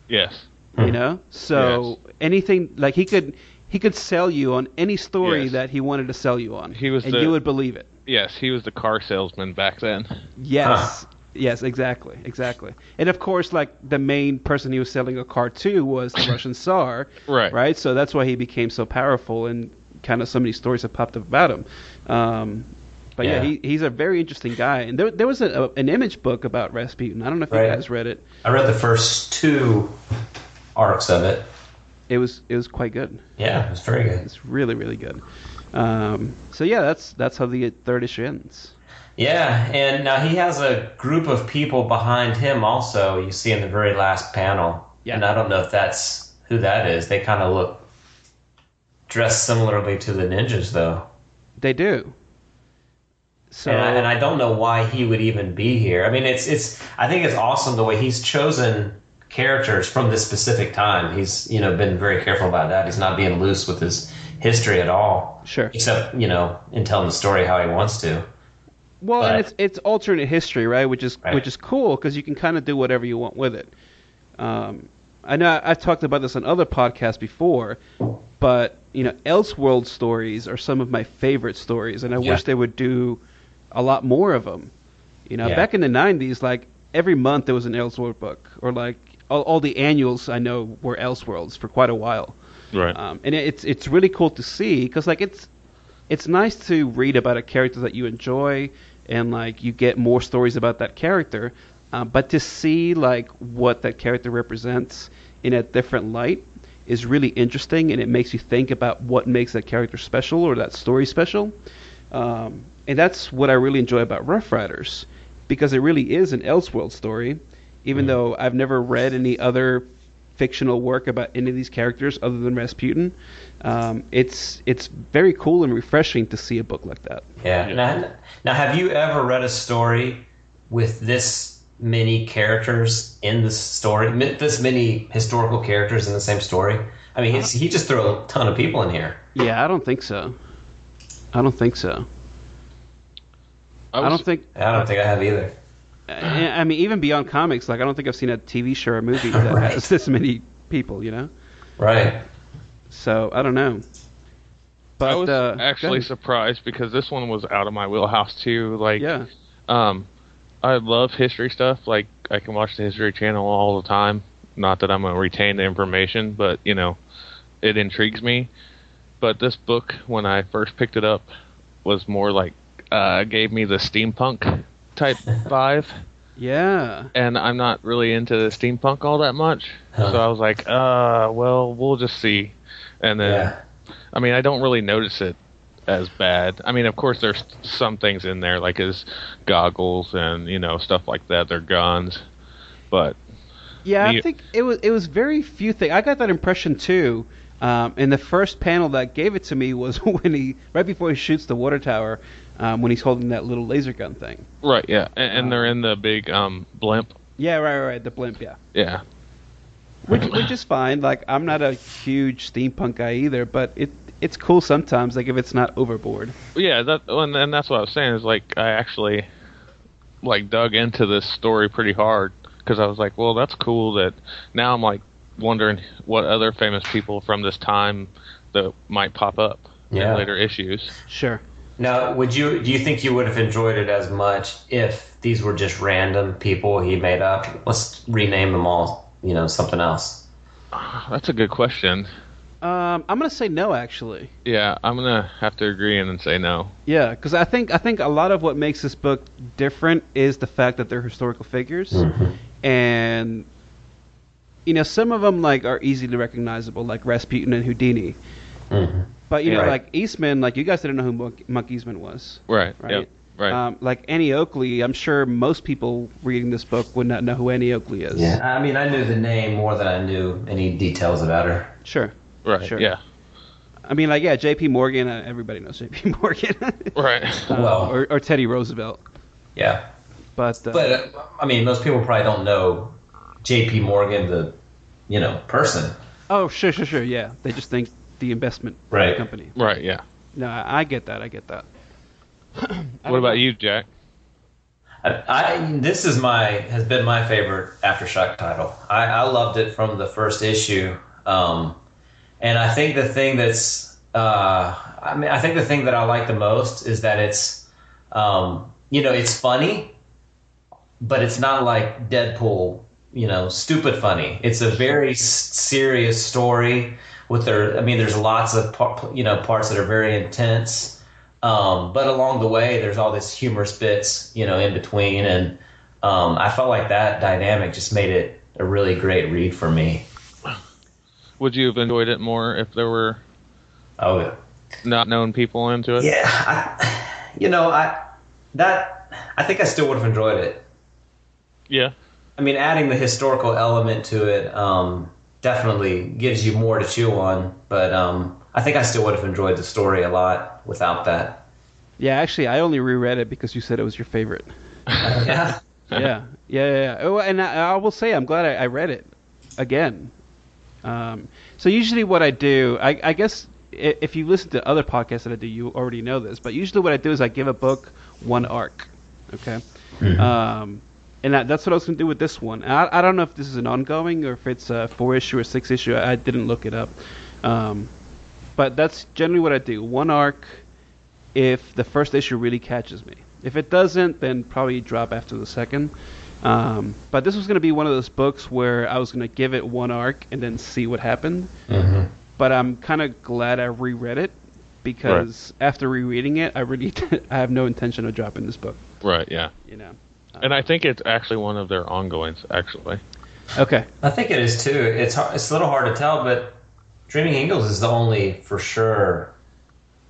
B: Yes.
C: you know so anything like he could he could sell you on any story
B: Yes.
C: that he wanted to sell you on
B: He was
C: and
B: the-
C: you would believe it
B: Yes, he was the car salesman back then.
C: yes yes exactly exactly and of course like the main person he was selling a car to was the russian tsar
B: Right.
C: right so that's why he became so powerful and kind of so many stories have popped up about him um but yeah,
D: Yeah.
C: he, he's a very interesting guy, and there, there was a, an image book about Rasputin. I don't know if you
D: Right.
C: guys read it.
D: I read the first two arcs of it.
C: It was it was quite good.
D: Yeah, it was very good.
C: It's really, really good. Um, so yeah, that's that's how the third issue ends.
D: Yeah, and now he has a group of people behind him also, you see in the very last panel.
C: Yeah.
D: And I don't know if that's who that is. They kind of look dressed similarly to the ninjas, though.
C: They do. So
D: and, I, and I don't know why he would even be here. I mean, it's it's. I think it's awesome the way he's chosen characters from this specific time. He's you know been very careful about that. He's not being loose with his history at all,
C: sure.
D: except you know in telling the story how he wants to.
C: Well,
D: but-
C: and it's it's alternate history, right? Which is
D: Right.
C: which is cool because you can kind of do whatever you want with it. Um, I know I- I've talked about this on other podcasts before, but you know, Elseworld stories are some of my favorite stories, and I
D: Yeah.
C: wish they would do a lot more of them. You know,
D: Yeah.
C: back in the '90s, like every month there was an Elseworld book, or like all, all the annuals I know were Elseworlds for quite a while.
B: Right.
C: Um, and it- it's it's really cool to see because like it's it's nice to read about a character that you enjoy and like you get more stories about that character, um, but to see like what that character represents in a different light is really interesting and it makes you think about what makes that character special or that story special. Um, and that's what I really enjoy about Rough Riders because it really is an Elseworld story, even though I've never read any other fictional work about any of these characters other than Rasputin. Um, it's it's very cool and refreshing to see a book like that.
D: Yeah. Now, now, have you ever read a story with this many characters in the story? mi- This many historical characters in the same story? I mean, he's, he just threw a ton of people in here.
C: Yeah, I don't think so. I don't think so. I,
B: was-
C: don't think.
D: I don't think I have either.
C: I I mean, even beyond comics, like I don't think I've seen a TV show or movie that
D: Right.
C: has this many people. You know,
D: Right.
C: so I don't know. But
B: I was
C: uh, go
B: actually
C: ahead.
B: surprised because this one was out of my wheelhouse too. Like,
C: yeah,
B: um, I love history stuff. Like, I can watch the History Channel all the time. Not that I'm gonna retain the information, but you know, it intrigues me. But this book, when I first picked it up, was more like uh, gave me the steampunk type vibe,
C: yeah.
B: and I'm not really into the steampunk all that much. So I was like, uh, well, we'll just see. And then
D: Yeah.
B: I mean, I don't really notice it as bad. I mean, of course, there's some things in there like his goggles and you know stuff like that. Their guns, but
C: Yeah, I
B: You-
C: think it was it was very few things. I got that impression too. Um, and the first panel that gave it to me was when he right before he shoots the water tower, um, when he's holding that little laser gun thing.
B: right, yeah, and, and they're in the big um blimp.
C: Yeah, right, right, right the blimp. Yeah,
B: Yeah,
C: which which is fine. Like I'm not a huge steampunk guy either, but it it's cool sometimes. Like if it's not overboard.
B: Yeah, that and, and that's what I was saying is like I actually like dug into this story pretty hard because I was like, well, that's cool that now I'm like wondering what other famous people from this time that might pop up
D: Yeah.
B: in later issues.
C: Sure.
D: Now, would you do you think you would have enjoyed it as much if these were just random people he made up? Let's rename them all, you know, something else.
B: Oh, That's a good question.
C: Um, I'm gonna say no actually.
B: Yeah, I'm gonna have to agree and then say no.
C: Yeah, because I think I think a lot of what makes this book different is the fact that they're historical figures, and you know some of them like are easily recognizable, like Rasputin and Houdini. But you know,
D: Right.
C: like Eastman, like you guys didn't know who Monk, Monk Eastman was,
B: Right.
C: right?
B: Yep. Right.
C: Um, like Annie Oakley, I'm sure most people reading this book would not know who Annie Oakley is.
D: I mean, I knew the name more than I knew any details about her.
C: Sure.
B: right.
C: sure.
B: Yeah.
C: I mean, like yeah, J.P. Morgan. Uh, everybody knows J.P. Morgan. Uh,
B: Right.
D: well,
C: Oh, or, or Teddy Roosevelt.
D: yeah,
C: But, uh,
D: but uh, I mean, most people probably don't know J.P. Morgan, the you know person.
C: oh, sure, sure, sure. Yeah, they just think the investment
D: Right.
C: company.
B: right. Yeah.
C: No, I I get that. I get that.
B: What about you, Jack?
D: I, I this is my has been my favorite aftershock title. I, I loved it from the first issue, um, and I think the thing that's uh, I mean I think the thing that I like the most is that it's um, you know it's funny, but it's not like Deadpool you know stupid funny. It's a very s- serious story with their I mean there's lots of par- you know parts that are very intense. Um, but along the way, there's all this humorous bits, you know, in between, and um, I felt like that dynamic just made it a really great read for me.
B: Would you have enjoyed it more if there were
D: Oh
B: not known people into it?
D: yeah, I, you know, I that I think I still would have enjoyed it.
B: Yeah.
D: I mean, adding the historical element to it um, definitely gives you more to chew on, but um, I think I still would have enjoyed the story a lot without that.
C: Yeah, actually, I only reread it because you said it was your favorite.
D: Yeah,
C: yeah, yeah, yeah. yeah. Oh, and I, I will say, I'm glad I, I read it again. Um, so usually, what I do, I, I guess, i- if you listen to other podcasts that I do, you already know this. But usually, what I do is I give a book one arc. Okay. Um, and that, that's what I was going to do with this one. And I, I don't know if this is an ongoing or if it's a four issue or six issue. I, I didn't look it up. Um, but that's generally what I do. One arc, if the first issue really catches me. If it doesn't, then probably drop after the second. Um, but this was going to be one of those books where I was going to give it one arc and then see what happened. But I'm kind of glad I reread it because after rereading it, I really I have no intention of dropping this book.
B: Right. Yeah.
C: You know.
B: And I think it's actually one of their ongoings. Actually.
C: Okay.
D: I think it is too. It's har it's a little hard to tell, but Dreaming Eagles is the only for sure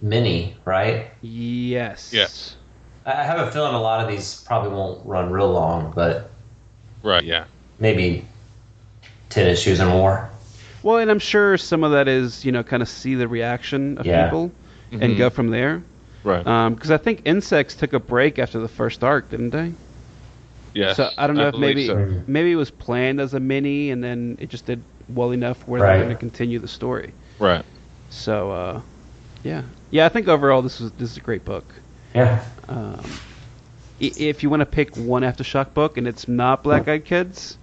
D: mini, right?
C: Yes.
B: Yes.
D: I I have a feeling a lot of these probably won't run real long, but
B: Right. Yeah.
D: maybe ten issues or more.
C: Well, and I'm sure some of that is you know kind of see the reaction of
D: Yeah.
C: people
B: Mm-hmm.
C: and go from there.
B: Right.
C: Because I think insects took a break after the first arc, didn't they?
B: yes.
C: So I don't know if
B: believe
C: maybe
B: so.
D: Mm-hmm.
C: maybe it was planned as a mini, and then it just did well enough where
D: Right.
C: they're going to continue the story.
B: Right.
C: So, uh, yeah, yeah. I think overall this is this is a great book.
D: Yeah,
C: I- if you want to pick one aftershock book and it's not Black Eyed Kids,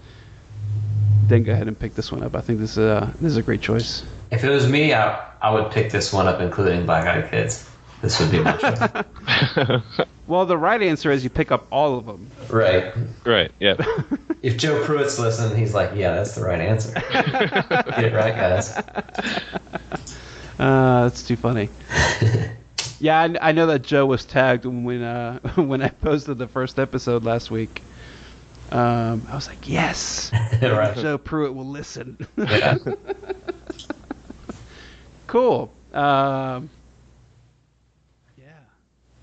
C: then go ahead and pick this one up. I think this is a, this is a great choice.
D: if it was me, I I would pick this one up, including Black Eyed Kids. This would be my choice.
C: Well, the right answer is you pick up all of them.
D: right.
B: Right. Yeah.
D: If Joe Pruitt's listening, he's like, "Yeah, that's the right answer." Get it right, guys.
C: Uh, that's too funny. yeah, I, I know that Joe was tagged when uh, when I posted the first episode last week. Um, I was like, yes,
D: right.
C: Joe Pruitt will listen.
D: Yeah.
C: cool. Um, yeah.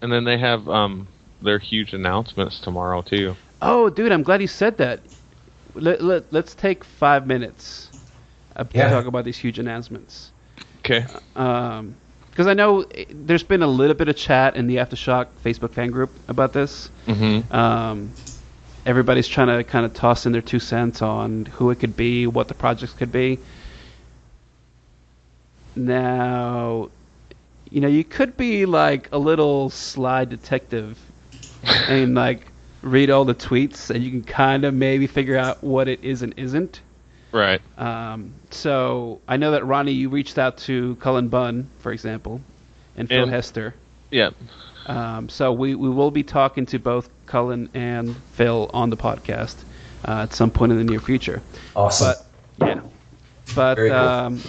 B: and then they have um their huge announcements tomorrow too.
C: Oh, dude, I'm glad you said that. Let, let, let's take five minutes uh,
D: Yeah.
C: to talk about these huge announcements.
B: Okay.
C: because Um, I know eh, there's been a little bit of chat in the aftershock Facebook fan group about this.
B: Mm-hmm.
C: Um, everybody's trying to kind of toss in their two cents on who it could be, what the projects could be. Now, you know, you could be like a little sly detective and like read all the tweets, and you can kind of maybe figure out what it is and isn't.
B: Right.
C: Um, so I know that Ronnie, you reached out to Cullen Bunn, for example, and Phil
B: And-
C: Hester.
B: Yeah.
C: Um, so we, we will be talking to both Cullen and Phil on the podcast uh, at some point in the near future.
D: Awesome.
C: But yeah, but
D: Very cool.
C: um,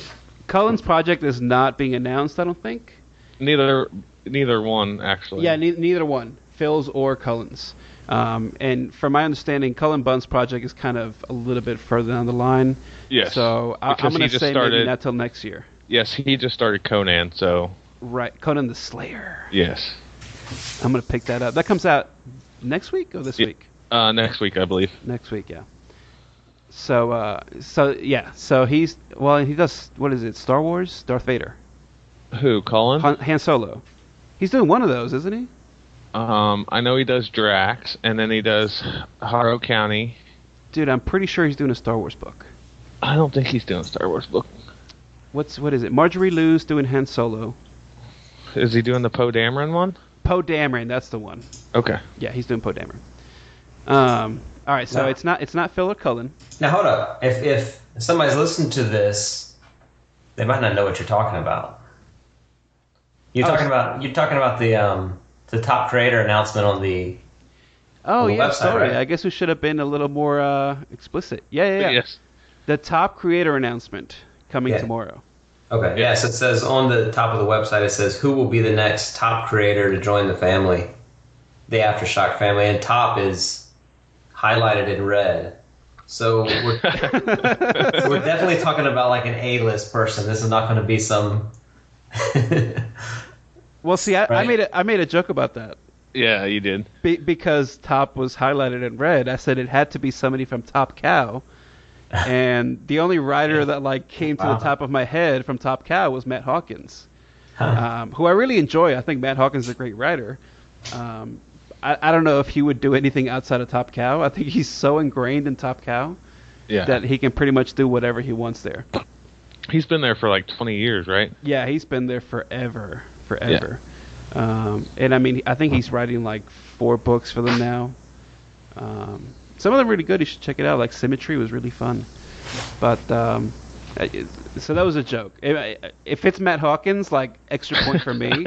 C: Cullen's project is not being announced. I don't think.
B: Neither neither one actually.
C: Yeah, ne- neither one, Phil's or Cullen's. Um, and from my understanding, Cullen Bunn's project is kind of a little bit further down the line.
B: Yes.
C: So I-
B: Because
C: I'm
B: he
C: going to
B: just
C: say maybe
B: started-
C: not till next year.
B: Yes, he just started Conan, so
C: Right, Conan the Slayer.
B: yes.
C: I'm going to pick that up. That comes out next week or this
B: Yeah.
C: week.
B: Uh, next week, I believe.
C: Next week, yeah. So, uh, so yeah, so he's well, he does what is it? Star Wars, Darth Vader,
B: Who? Colin?
C: Han, Han Solo. He's doing one of those, isn't he?
B: Um, I know he does Drax, and then he does Harrow County.
C: Dude, I'm pretty sure he's doing a Star Wars book.
B: I don't think he's doing Star Wars book.
C: What's what is it? Marjorie Liu's doing Han Solo.
B: Is he doing the Poe Dameron one?
C: Poe Dameron, that's the one.
B: Okay.
C: Yeah, he's doing Poe Dameron. Um, all right, so
D: Wow.
C: it's not it's not Phil or Cullen.
D: now hold up. If if somebody's listening to this, they might not know what you're talking about. You're
C: Oh.
D: talking about you're talking about the um the top creator announcement on the
C: Oh
D: On the
C: yeah,
D: website,
C: sorry.
D: right?
C: I guess we should have been a little more uh, explicit. Yeah, yeah, yeah.
B: Yes.
C: The top creator announcement coming
D: Yeah.
C: tomorrow.
D: Okay. Yeah. So it says on the top of the website, it says who will be the next top creator to join the family, the aftershock family, and top is highlighted in red. So we're, so we're definitely talking about like an A-list person. This is not going to be some.
C: Well, see, I, I
D: Right.
C: made a, I made a joke about that.
B: Yeah, you did.
C: Be- because top was highlighted in red, I said it had to be somebody from Top Cow, and the only writer that like came to
D: Wow.
C: the top of my head from Top Cow was Matt Hawkins, um, who I really enjoy. I think Matt Hawkins is a great writer. Um, I, I don't know if he would do anything outside of Top Cow. I think he's so ingrained in Top Cow
B: Yeah.
C: that he can pretty much do whatever he wants there.
B: He's been there for like 20 years, right?
C: Yeah, he's been there forever, forever. Um, and I mean, I think he's writing like four books for them now. Um, some of them really good. You should check it out. Like Symmetry was really fun. But um, I- it- so that was a joke. If, if it's Matt Hawkins, like extra point for me.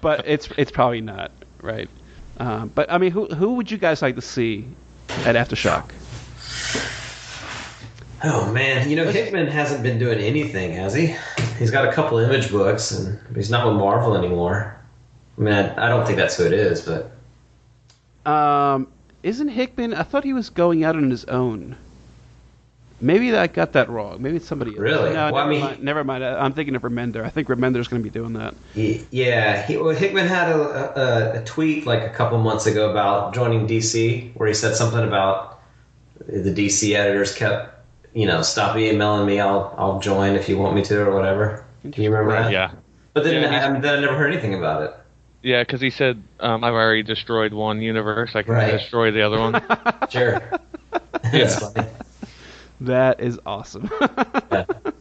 C: but it's it's probably not right. Um, but I mean, who who would you guys like to see at AfterShock?
D: Oh man, you know Hickman hasn't been doing anything, has he? He's got a couple image books, and he's not with Marvel anymore. I mean, I, I don't think that's who it is, but
C: Um, isn't Hickman? I thought he was going out on his own. Maybe I got that wrong. Maybe it's somebody else.
D: Really?
C: No,
D: Well, I
C: never,
D: mean,
C: mind. never mind. I- I'm thinking of Remender. I think Remender's going to be doing that.
D: Ye- Yeah, he, well, Hickman had a, a, a tweet like a couple months ago about joining DC, where he said something about the DC editors kept, you know, stop emailing me, I'll I'll join if you want me to or whatever. Do you remember that?
B: Yeah.
D: But then,
B: Yeah, he's-
D: I, then I never heard anything about it.
B: Yeah, because he said, um, I've already destroyed one universe. I can
D: Right.
B: destroy the other one.
D: Sure. That's funny.
C: That is awesome.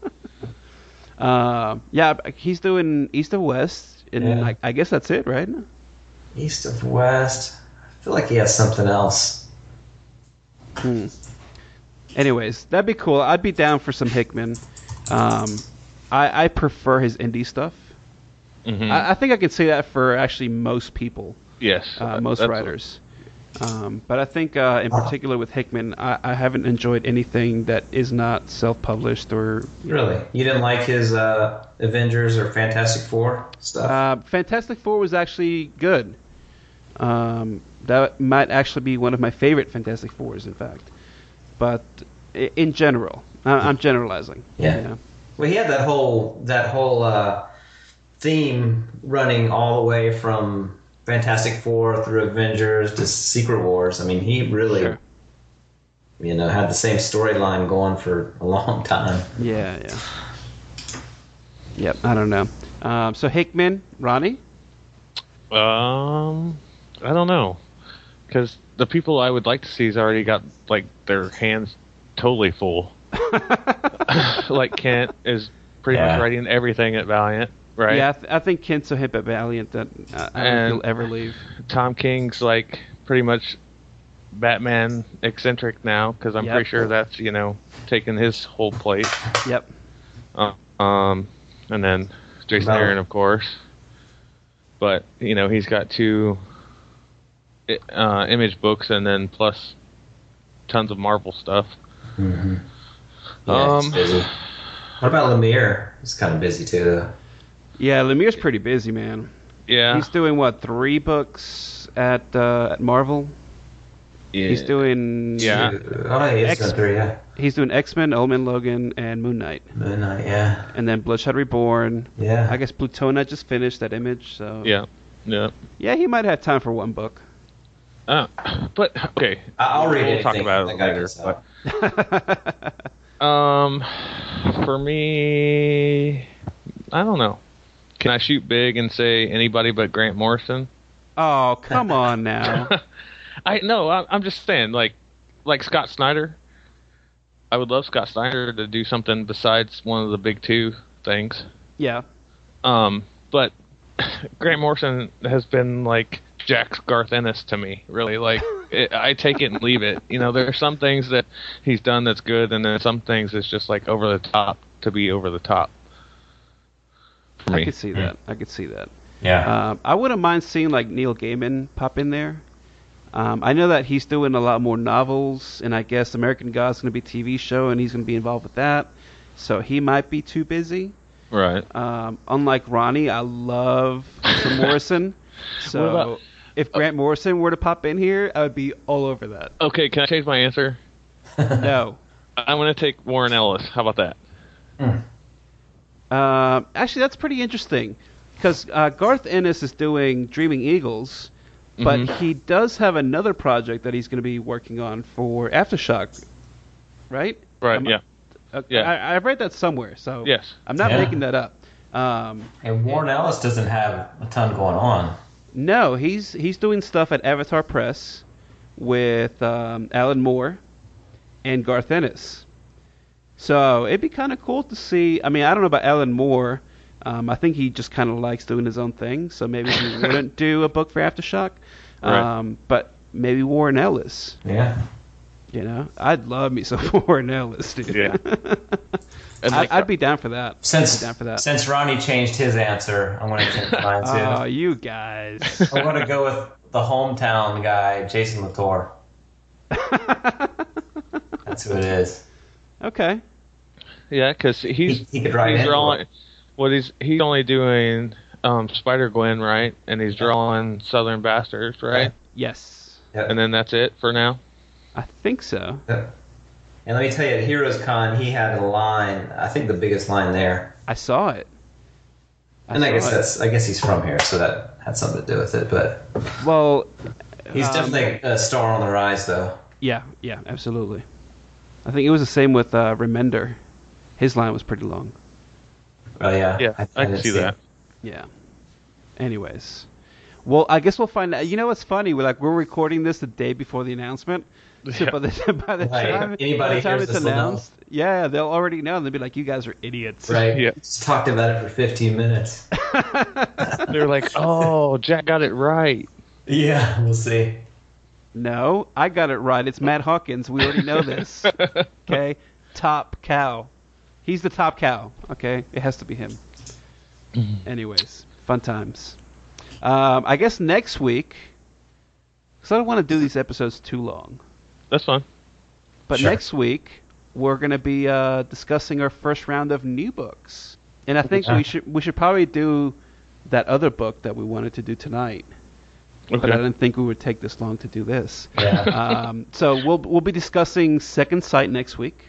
C: um, yeah, but he's doing East of West, and
D: Yeah.
C: I, I guess that's it, right?
D: East of West. I feel like he has something else.
C: Anyways, that'd be cool. I'd be down for some Hickman. Um, I, I prefer his indie stuff.
D: Hmm.
B: Mhm.
C: I, I think I could say that for actually most people.
B: yes.
C: uh, most
B: that's-
C: writers. Um, but I think, uh, in particular with Hickman, I, I haven't enjoyed anything that is not self-published or
D: Really, you didn't like his uh, Avengers or Fantastic Four stuff?
C: Uh, Fantastic Four was actually good. Um, that might actually be one of my favorite Fantastic Fours, in fact. But i- in general, I- I'm generalizing.
D: Yeah.
C: you know.
D: Well, he had that whole that whole uh, theme running all the way from Fantastic Four through Avengers to Secret Wars. I mean, he really,
C: Sure.
D: you know, had the same storyline going for a long time.
C: Yeah, yeah. Yep, I don't know. Um, so Hickman, Ronnie.
B: Um, I don't know, because the people I would like to see has already got like their hands totally full. like Kent is pretty
D: Yeah.
B: much writing everything at Valiant, right?
C: Yeah, I, th- I think Kent's so hip at Valiant that uh, I, I don't
B: And-
C: think he'll ever leave.
B: Tom King's like pretty much Batman eccentric now because I'm
C: Yep.
B: pretty sure that's you know taking his whole plate.
C: Yep.
B: Uh, um, and then Jason
D: Well-
B: Aaron, of course. But you know he's got two i- uh, image books and then plus tons of Marvel stuff.
D: Yeah, it's
B: Um,
D: busy. What about Lemire? He's kind of busy too. though.
C: Yeah, Lemire's pretty busy, man.
B: Yeah,
C: He's doing what three books at uh, at Marvel. He's doing
B: Yeah.
D: Oh, no, he is
C: X-
D: done three, yeah.
C: He's doing X Men, Old Man Logan, and Moon Knight,
D: Moon Knight, yeah.
C: and then Bloodshot Reborn.
D: Yeah.
C: I guess Plutona just finished that image, so
B: yeah, yeah.
C: yeah, he might have time for one book.
B: Uh, but okay,
D: I- I'll read
B: We'll
D: anything.
B: talk about
D: that
B: it
D: guy
B: later,
D: gets out.
B: Um, for me, I don't know. Can I shoot big and say anybody but Grant Morrison?
C: Oh come on now!
B: I no, I, I'm just saying, like, like Scott Snyder. I would love Scott Snyder to do something besides one of the big two things.
C: Yeah,
B: Um, but Grant Morrison has been like Jack's Garth Ennis to me, really. Like it, I take it and leave it. You know, there are some things that he's done that's good, and then some things that's just like over the top to be over the top. For
C: I
B: me,
C: could see that. I could see that.
D: Yeah.
C: Um, I wouldn't mind seeing like Neil Gaiman pop in there. Um, I know that he's doing a lot more novels, and I guess American God's going to be a TV show, and he's going to be involved with that. So he might be too busy.
B: right?
C: Um, unlike Ronnie, I love some Morrison. So
B: What about-
C: if Grant Morrison were to pop in here, I would be all over that.
B: Okay, can I change my answer?
C: No.
B: I'm gonna take Warren Ellis. How about that?
C: Um actually, that's pretty interesting because uh, Garth Ennis is doing Dreaming Eagles, but he does have another project that he's going to be working on for Aftershock, right?
B: Right?
C: Am I-
B: yeah.
C: Okay,
B: Yeah.
C: I, I read that somewhere, so
B: Yes.
C: I'm not
D: Yeah.
C: making that up. Um,
D: and Warren Ellis doesn't have a ton going on.
C: no, he's he's doing stuff at Avatar Press with um, Alan Moore and Garth Ennis. So it'd be kind of cool to see. I mean, I don't know about Alan Moore. Um, I think he just kind of likes doing his own thing, so maybe he wouldn't do a book for Aftershock.
B: Right.
C: Um, but maybe Warren Ellis.
D: Yeah.
C: You know, I'd love me some Warren Ellis, dude.
B: Yeah. And
C: I,
B: like,
C: I'd be down for that.
D: Since
C: down for that.
D: since Ronnie changed his answer, I'm going to change mine too.
C: Oh, you guys.
D: I'm going to go with the hometown guy, Jason Latour. That's who it is.
C: okay.
B: yeah, because he's
D: He- he could write
B: he's
D: anyone.
B: drawing. What he's he's only doing um, Spider Gwen, right? And he's drawing Southern Bastards, right?
C: Yes.
D: Yep.
B: And then that's it for now.
C: I think so.
D: Yep. And let me tell you, at Heroes Con, he had a line. I think the biggest line there.
C: I saw it.
D: and I
C: saw
D: guess
C: it.
D: that's. I guess he's from here, so that had something to do with it. But
C: Well,
D: he's
C: Um,
D: definitely a star on the rise, though.
C: yeah, yeah, absolutely. I think it was the same with uh, Remender. His line was pretty long.
D: Oh yeah.
B: Yeah, I, can
D: didn't
B: see that.
D: it.
C: Yeah. Anyways, well, I guess we'll find out. You know what's funny? We're like we're recording this the day before the announcement. So
B: Yeah.
C: by the by the
D: Right.
C: time,
D: Anybody
C: by the time
D: hears
C: it's
D: this will know.
C: announced, yeah, they'll already know. They'll be like, "You guys are idiots."
D: Right.
B: Yeah.
D: Just talked about it for 15 minutes.
B: They're like, oh, Jack got it right.
D: yeah, we'll see.
C: No, I got it right. It's Matt Hawkins. We already know this. okay, top cow. He's the top cow. Okay, it has to be him. Anyways, fun times. Um, I guess next week, because I don't want to do these episodes too long.
B: That's fun.
C: But
D: Sure.
C: next week we're going to be uh, discussing our first round of new books, and I think
D: Yeah.
C: we should we should probably do that other book that we wanted to do tonight. But I
B: Okay.
C: didn't think we would take this long to do this
D: Yeah.
C: um, so we'll we'll be discussing Second Sight next week,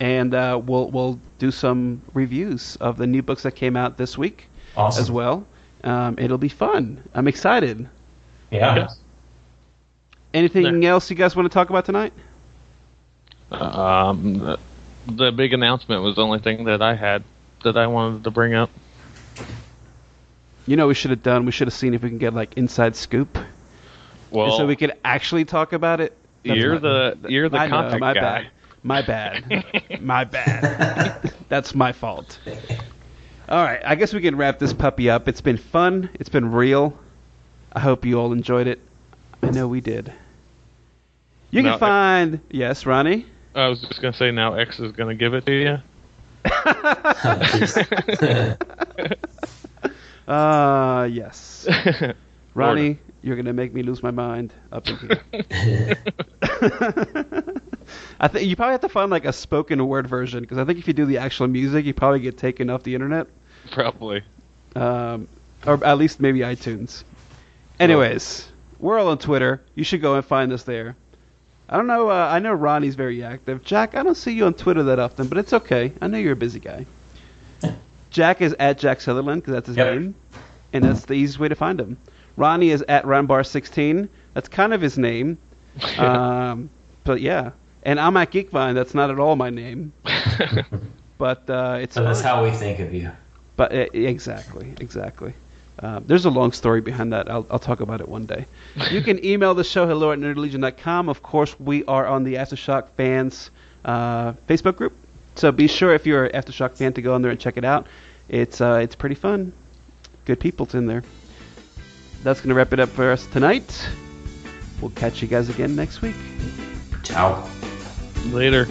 C: and uh, we'll we'll do some reviews of the new books that came out this week
D: awesome.
C: as well. Um, it'll be fun. I'm excited.
D: Yeah.
C: Anything else you guys want to talk about tonight?
B: Um, the, the big announcement was the only thing that I had that I wanted to bring up.
C: You know, we should have done. We should have seen if we can get like inside scoop And
B: Well,
C: so we could actually talk about it. That's
B: you're
C: my-
B: the you're the
C: I know,
B: contact
C: my
B: guy.
C: Bad. My bad. my bad. That's my fault. All right, I guess we can wrap this puppy up. It's been fun. It's been real. I hope you all enjoyed it. I know we did. You
B: No,
C: can
B: I-
C: find yes, Ronnie.
B: I was just gonna say now X is gonna give it to you.
C: Uh, yes. Ronnie, you're gonna make me lose my mind up in here. I think you probably have to find like a spoken word version because I think if you do the actual music, you probably get taken off the internet,
B: Probably.
C: um, or at least maybe iTunes. Anyways, we're all on Twitter. You should go and find us there. I don't know. Uh, I know Ronnie's very active. Jack, I don't see you on Twitter that often, but it's okay. I know you're a busy guy. Jack is at Jack Sutherland because that's his
D: Yep.
C: name, and that's the easiest way to find him. Ronnie is at Ronbar16. That's kind of his name. Um, but yeah, and I'm at Geekvine. That's not at all my name, but uh, it's
D: So that's
C: fine.
D: how we think of you.
C: But uh, exactly, exactly. Uh, there's a long story behind that. I'll, I'll talk about it one day. You can email the show hello at nerdlegion.com. Of course, we are on the Aftershock fans uh, Facebook group, so be sure if you're an Aftershock fan to go on there and check it out. It's uh, it's pretty fun. Good people's in there. That's gonna wrap it up for us tonight. We'll catch you guys again next week.
D: Ciao.
B: Later.